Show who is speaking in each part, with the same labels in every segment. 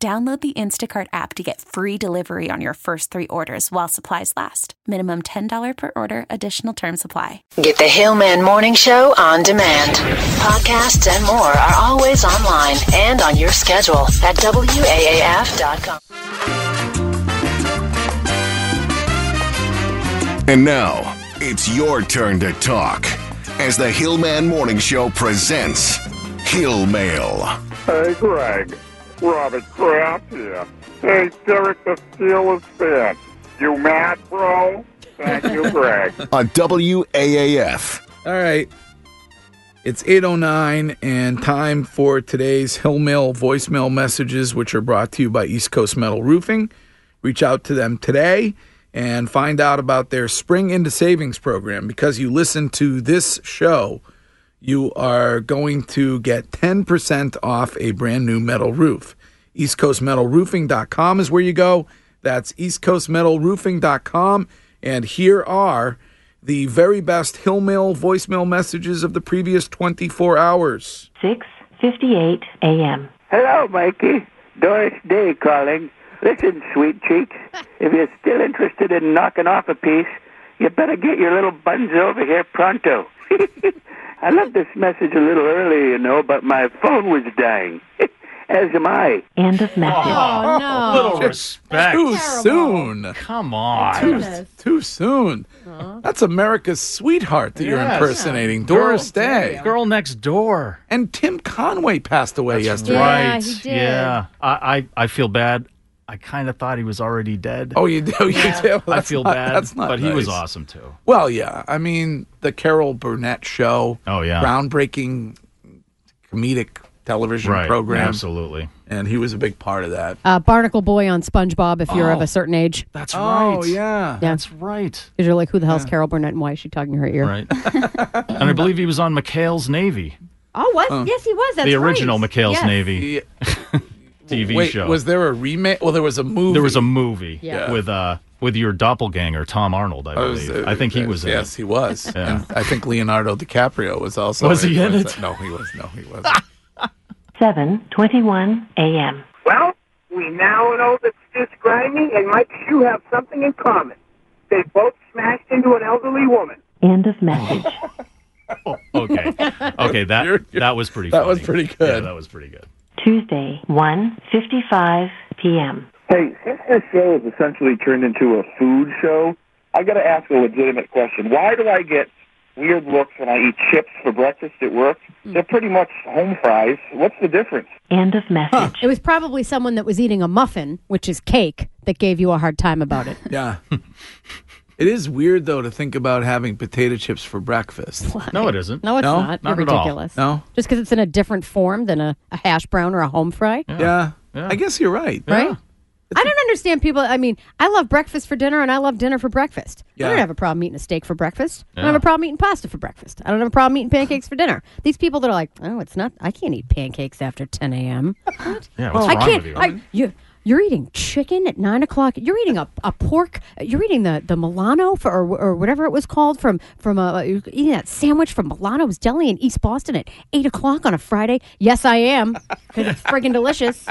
Speaker 1: Download the Instacart app to get free delivery on your first three orders while supplies last. Minimum $10 per order, additional term supply.
Speaker 2: Get the Hillman Morning Show on demand. Podcasts and more are always online and on your schedule at WAAF.com.
Speaker 3: And now, it's your turn to talk as the Hillman Morning Show presents Hill Mail.
Speaker 4: Hey, Greg. Robert Kraft here. Hey, Derek the Steelers fan. You mad, bro? Thank you, Greg.
Speaker 3: On WAAF.
Speaker 5: All right. It's 8.09 and time for today's Hill Mail voicemail messages, which are brought to you by East Coast Metal Roofing. Reach out to them today and find out about their Spring Into Savings program. Because you listen to this show, you are going to get 10% off a brand new metal roof. EastCoastMetalRoofing.com is where you go. That's EastCoastMetalRoofing.com. And here are the very best Hill Mail voicemail messages of the previous 24 hours.
Speaker 6: 6:58 a.m.
Speaker 7: Hello, Mikey. Doris Day calling. Listen, sweet cheeks, if you're still interested in knocking off a piece, you better get your little buns over here pronto. I left this message a little early, you know, but my phone was dying. As am I.
Speaker 6: End of message.
Speaker 8: Oh, no.
Speaker 5: Just Too soon.
Speaker 8: Come on.
Speaker 5: Too, too soon. That's America's sweetheart that you're
Speaker 8: Yes.
Speaker 5: impersonating, Doris Day.
Speaker 8: Girl next door.
Speaker 5: And Tim Conway passed away yesterday.
Speaker 8: right.
Speaker 9: he did.
Speaker 8: Yeah. I, I, I feel bad. I kind of thought he was already dead.
Speaker 5: Oh, you do. You do.
Speaker 8: I
Speaker 5: That's
Speaker 8: feel
Speaker 5: not-
Speaker 8: bad.
Speaker 5: That's not.
Speaker 8: but he was
Speaker 5: nice.
Speaker 8: awesome too.
Speaker 5: Well, yeah. I mean, the Carol Burnett show.
Speaker 8: Oh, yeah.
Speaker 5: Groundbreaking comedic television program.
Speaker 8: Absolutely.
Speaker 5: And he was a big part of that.
Speaker 9: Uh, Barnacle Boy on SpongeBob. If you're of
Speaker 5: Oh.
Speaker 9: a certain age,
Speaker 8: That's
Speaker 5: Oh,
Speaker 8: right.
Speaker 5: yeah.
Speaker 8: That's right.
Speaker 9: because you're like, who the hell's Carol Burnett and why is she talking in her ear?
Speaker 8: Right. and I believe he was on McHale's Navy,
Speaker 10: Oh, what? yes, he was. That's
Speaker 8: the original
Speaker 10: right.
Speaker 8: McHale's
Speaker 10: Yes.
Speaker 8: Navy
Speaker 5: Yeah.
Speaker 8: TV
Speaker 5: Wait,
Speaker 8: show.
Speaker 5: was there a remake? Well, there was a movie.
Speaker 8: there was a movie
Speaker 9: Yeah.
Speaker 8: with uh with your doppelganger Tom Arnold, I
Speaker 5: I was,
Speaker 8: believe.
Speaker 5: uh,
Speaker 8: I think he was in
Speaker 5: Yes,
Speaker 8: it.
Speaker 5: he was.
Speaker 8: Yeah.
Speaker 5: And I think Leonardo DiCaprio was also.
Speaker 8: Was he in it?
Speaker 5: No, he was. No, he wasn't.
Speaker 6: 7:21 a.m.
Speaker 7: Well, we now know that Sis Grimy and Mike Shue have something in common. They both smashed into an elderly woman.
Speaker 6: End of message.
Speaker 8: Okay. Okay, that
Speaker 5: You're- you're-
Speaker 8: that was pretty
Speaker 5: that was
Speaker 8: funny.
Speaker 5: pretty good.
Speaker 8: Yeah, that was pretty good.
Speaker 6: Tuesday, 1:55 p.m.
Speaker 4: Hey, since this show has essentially turned into a food show, I got to ask a legitimate question. Why do I get weird looks when I eat chips for breakfast at work? They're pretty much home fries. What's the difference?
Speaker 6: End of message.
Speaker 9: It was probably someone that was eating a muffin, which is cake, that gave you a hard time about it.
Speaker 5: Yeah. it is weird though to think about having potato chips for breakfast.
Speaker 8: No, it isn't.
Speaker 9: No, it's
Speaker 5: No,
Speaker 9: not.
Speaker 8: not
Speaker 9: You're
Speaker 8: at all.
Speaker 9: ridiculous.
Speaker 5: No.
Speaker 9: Just because it's in a different form than a, a hash brown or a home fry,
Speaker 5: Yeah.
Speaker 8: Yeah.
Speaker 5: I guess you're right.
Speaker 9: right? I don't understand people. I mean, I love breakfast for dinner and I love dinner for breakfast. I
Speaker 5: Yeah.
Speaker 9: don't have a problem eating a steak for breakfast. I
Speaker 8: Yeah.
Speaker 9: don't have a problem eating pasta for breakfast. I don't have a problem eating pancakes for dinner. These people that are like, oh, it's not. I can't eat pancakes after 10 a.m.
Speaker 8: Yeah, what's
Speaker 9: I
Speaker 8: wrong
Speaker 9: can't.
Speaker 8: with you?
Speaker 9: I, you you're eating chicken at nine o'clock. You're eating a, a pork. You're eating the, the Milano for or, or whatever it was called from from a you're eating that sandwich from Milano's Deli in East Boston at eight o'clock on a Friday. Yes, I am because it's friggin' delicious.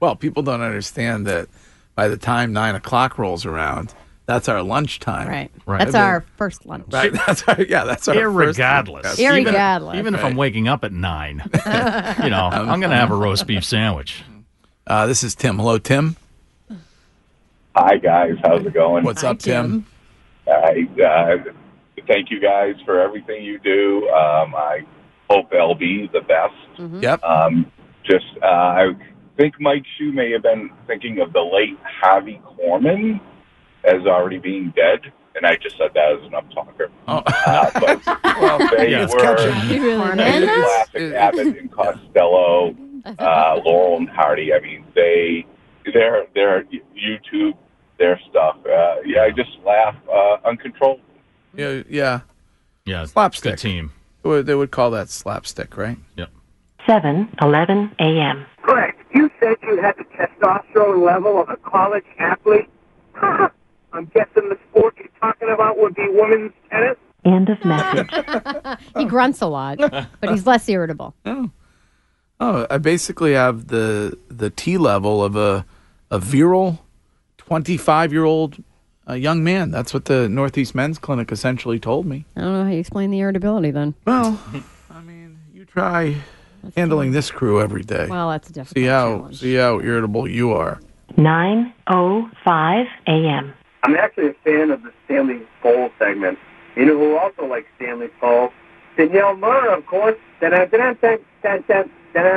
Speaker 5: Well, people don't understand that by the time nine o'clock rolls around, that's our lunchtime.
Speaker 9: Right.
Speaker 8: Right.
Speaker 9: That's
Speaker 5: I mean-
Speaker 9: our first lunch.
Speaker 5: Right. That's our, yeah. That's our first-
Speaker 8: Irregardless.
Speaker 5: Yes.
Speaker 9: Irre-
Speaker 8: Even-
Speaker 9: Irregardless.
Speaker 8: Even, if I'm waking up at nine, you know, I'm going to have a roast beef sandwich.
Speaker 5: Uh, this is Tim. Hello, Tim.
Speaker 4: Hi, guys. How's it going?
Speaker 5: What's up, Tim?
Speaker 4: I uh, thank you guys for everything you do. Um, I hope LB the best.
Speaker 5: Mm-hmm. Yep.
Speaker 4: Um, just uh, I think Mike Shue may have been thinking of the late Javi Corman as already being dead, and I just said that as an up talker.
Speaker 5: Oh.
Speaker 4: Uh, but they
Speaker 8: yeah,
Speaker 5: it's
Speaker 4: were
Speaker 5: catchy.
Speaker 9: You really
Speaker 4: the
Speaker 9: did.
Speaker 5: It's-
Speaker 4: classic
Speaker 5: it-
Speaker 4: Abbott and Costello, uh, Laurel and Hardy. I mean, they
Speaker 11: their their YouTube, their stuff. Uh, yeah, I just laugh uh, uncontrollably.
Speaker 5: Yeah, yeah,
Speaker 8: yeah.
Speaker 5: Slapstick
Speaker 8: team.
Speaker 5: They would call that slapstick, right?
Speaker 8: Yep.
Speaker 6: 7 11 a.m.
Speaker 4: Correct. You said you had the testosterone level of a college athlete. I'm guessing the sport you're talking about would be women's tennis.
Speaker 6: End of message.
Speaker 9: he grunts a lot, but he's less irritable.
Speaker 5: Oh. Oh, I basically have the the T level of a a virile, twenty five year old uh, young man. That's what the Northeast Men's Clinic essentially told me.
Speaker 9: I don't know how you explain the irritability then.
Speaker 5: Well, You try handling this crew every day.
Speaker 9: Well, that's a difficult
Speaker 5: See how see how irritable you are.
Speaker 6: 9.05 a.m.
Speaker 4: I'm actually a fan of the Stanley Cole segment. You know who also likes Stanley Cole? Danielle Murray, of course.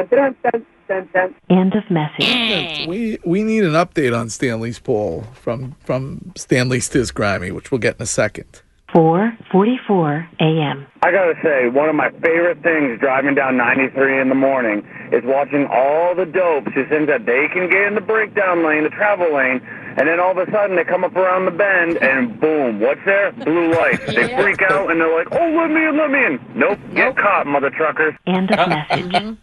Speaker 4: Dun-dun-dun-dun-dun-dun-dun-dun-dun-dun.
Speaker 6: End of message.
Speaker 5: we we need an update on Stanley's poll from from Stanley Stisgrimy, which we'll get in a second.
Speaker 6: 4.44 a.m.
Speaker 12: I gotta say, one of my favorite things driving down 93 in the morning is watching all the dopes who think that they can get in the breakdown lane, the travel lane, and then all of a sudden they come up around the bend and boom, what's there? Blue lights. They freak out and they're like, oh, let me in, let me in. Nope, get caught, mother truckers.
Speaker 6: End of message.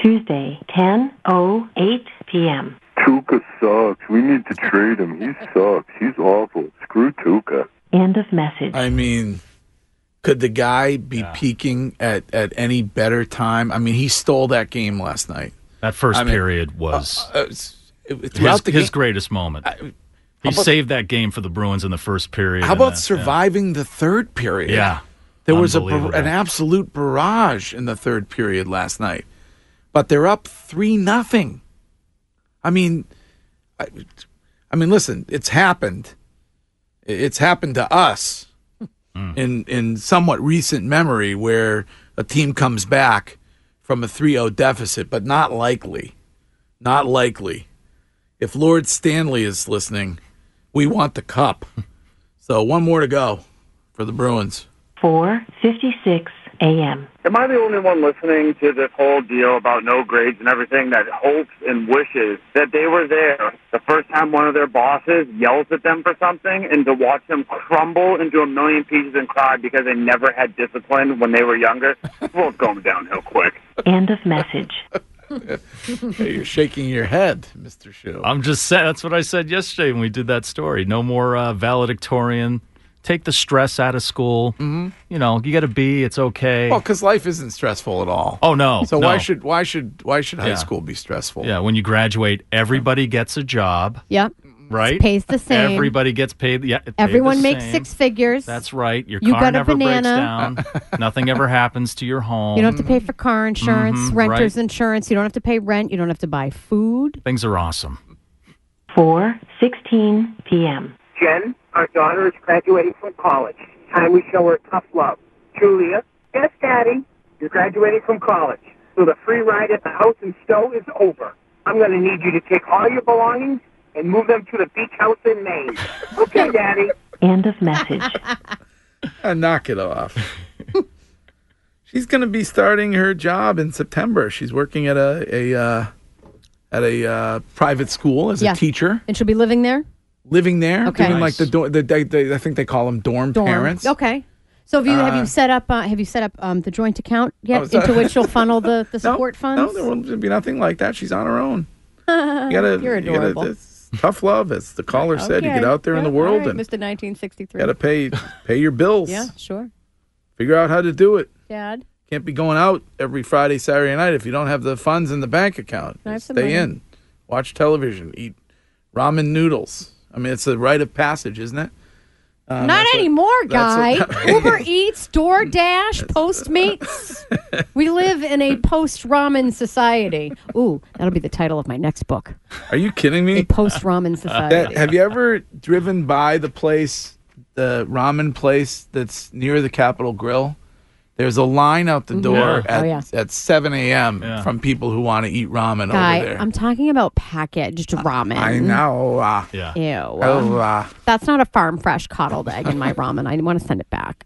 Speaker 6: Tuesday, 10.08 p.m.
Speaker 13: Tuca sucks. We need to trade him. He sucks. He's awful. Screw Tuca.
Speaker 6: End of message.
Speaker 5: I mean, could the guy be peaking at at any better time? I mean, he stole that game last night.
Speaker 8: That first
Speaker 5: I mean,
Speaker 8: period was
Speaker 5: uh, uh, s- throughout
Speaker 8: his,
Speaker 5: the
Speaker 8: his
Speaker 5: game-
Speaker 8: greatest moment.
Speaker 5: How
Speaker 8: he
Speaker 5: about-
Speaker 8: saved that game for the Bruins in the first period.
Speaker 5: How
Speaker 8: and
Speaker 5: about
Speaker 8: that-
Speaker 5: surviving the third period?
Speaker 8: Yeah.
Speaker 5: There was a,
Speaker 8: Unbelievable.
Speaker 5: bar- an absolute barrage in the third period last night. But they're up 3 nothing. I mean I, I mean listen, it's happened. I- It's happened to us in in somewhat recent memory where a team comes back from a 3-0 deficit, but not likely. Not likely. If Lord Stanley is listening, we want the cup. So one more to go for the Bruins.
Speaker 6: 4.56 a.m.
Speaker 12: Am I the only one listening to this whole deal about no grades and everything that hopes and wishes that they were there the first time one of their bosses yells at them for something and to watch them crumble into a million pieces and cry because they never had discipline when they were younger? The world's going downhill quick.
Speaker 6: End of message.
Speaker 5: You're shaking your head, Mr. Show.
Speaker 8: I'm just saying. That's what I said yesterday when we did that story. No more uh, valedictorian. Take the stress out of school. Mm-hmm. You know, you got a B. It's okay.
Speaker 5: Well, because life isn't stressful at all.
Speaker 8: Oh no.
Speaker 5: So
Speaker 8: no.
Speaker 5: why should why should why should high
Speaker 8: Yeah.
Speaker 5: school be stressful?
Speaker 8: Yeah, when you graduate, everybody gets a job,
Speaker 9: Yep.
Speaker 8: right?
Speaker 9: Pays the same.
Speaker 8: Everybody gets paid. Yeah, paid the
Speaker 9: Everyone makes
Speaker 8: same.
Speaker 9: six figures.
Speaker 8: That's right. Your
Speaker 9: You
Speaker 8: car
Speaker 9: got a
Speaker 8: never breaks
Speaker 9: banana.
Speaker 8: down. Nothing ever happens to your home.
Speaker 9: You don't have to pay for car insurance,
Speaker 8: Mhm,
Speaker 9: renters
Speaker 8: right.
Speaker 9: insurance. You don't have to pay rent. You don't have to buy food.
Speaker 8: Things are awesome.
Speaker 6: 4.16 p.m.
Speaker 4: Jen, our daughter is graduating from college. Time we show her tough love. Julia, yes, Daddy, you're graduating from college, so the free ride at the house in Stowe is over. I'm going to need you to take all your belongings and move them to the beach house in Maine. okay, Daddy.
Speaker 6: End of message.
Speaker 5: Uh, knock it off. She's going to be starting her job in September. She's working at a a uh, at a uh, private school as
Speaker 9: Yeah.
Speaker 5: a teacher,
Speaker 9: And she'll be living there?
Speaker 5: living there,
Speaker 9: Okay.
Speaker 5: doing like the, dor- the they, they, I think they call them dorm,
Speaker 9: Dorm. Oh,
Speaker 5: parents.
Speaker 9: Okay. So have you have
Speaker 5: Uh,
Speaker 9: you set up uh, have you set up um, the joint account yet
Speaker 5: Oh, so-
Speaker 9: into which you'll funnel the, the support
Speaker 5: No,
Speaker 9: funds?
Speaker 5: there will be nothing like that. She's on her own. You gotta,
Speaker 9: you are
Speaker 5: you gotta-
Speaker 9: adorable.
Speaker 5: it's tough love, as the caller said. You
Speaker 9: Okay.
Speaker 5: get out there in
Speaker 9: Yeah,
Speaker 5: the world
Speaker 9: all right,
Speaker 5: and
Speaker 9: Mr. 1963.
Speaker 5: gotta pay pay your bills.
Speaker 9: Yeah, sure.
Speaker 5: Figure out how to do it.
Speaker 9: Dad,
Speaker 5: Can't be going out every Friday, Saturday night if you don't have the funds in the bank account.
Speaker 9: Can I have some
Speaker 5: Stay
Speaker 9: money?
Speaker 5: in, watch television, eat ramen noodles. I mean, it's a rite of passage, isn't it? Um,
Speaker 9: not
Speaker 5: that's what-
Speaker 9: anymore, guy.
Speaker 5: that's what-
Speaker 9: Uber Eats, DoorDash, Postmates. we live in a post ramen society. Ooh, that'll be the title of my next book.
Speaker 5: Are you kidding me?
Speaker 9: Post ramen society.
Speaker 5: That- have you ever driven by the place, the ramen place that's near the Capitol Grill? There's a line out the
Speaker 9: Mhm.
Speaker 5: door
Speaker 9: Yeah.
Speaker 5: at,
Speaker 9: Oh, yeah.
Speaker 5: at 7 a.m.
Speaker 9: Yeah.
Speaker 5: from people who want to eat ramen
Speaker 9: Guy,
Speaker 5: over there.
Speaker 9: I'm talking about packaged ramen.
Speaker 5: I know. Uh,
Speaker 8: yeah.
Speaker 9: Ew.
Speaker 5: Oh, uh,
Speaker 9: That's not a farm fresh coddled egg in my ramen. I want to send it back.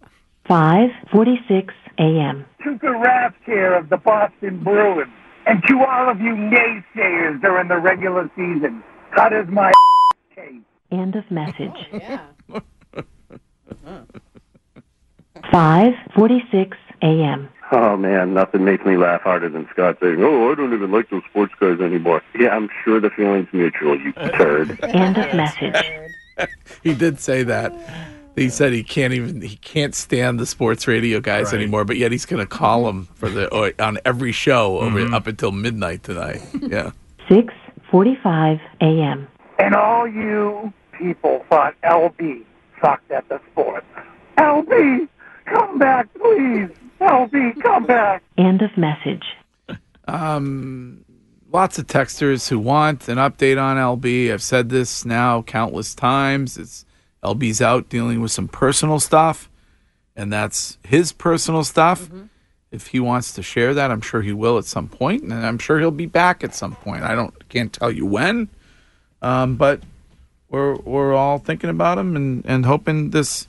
Speaker 6: 5.46 a.m.
Speaker 4: Tuka Rask here of the Boston Bruins. And to all of you naysayers during the regular season, cut is my case.
Speaker 6: End of message.
Speaker 4: Yeah.
Speaker 6: 5:46 a.m.
Speaker 14: Oh man, nothing makes me laugh harder than Scott saying, "Oh, I don't even like those sports guys anymore." Yeah, I'm sure the feeling's mutual. You turd.
Speaker 6: End of message.
Speaker 5: he did say that. He said he can't even he can't stand the sports radio guys anymore, but yet he's going to call them for the or on every show over up until midnight tonight. Yeah.
Speaker 6: 6:45 a.m.
Speaker 4: And all you people thought LB sucked at the sport. LB, come back, please. LB, come back.
Speaker 6: End of message.
Speaker 5: Um, lots of texters who want an update on LB. I've said this now countless times. It's LB's out dealing with some personal stuff, and that's his personal stuff. If he wants to share that, I'm sure he will at some point, and I'm sure he'll be back at some point. I don't can't tell you when, um, but we're we're all thinking about him and and hoping this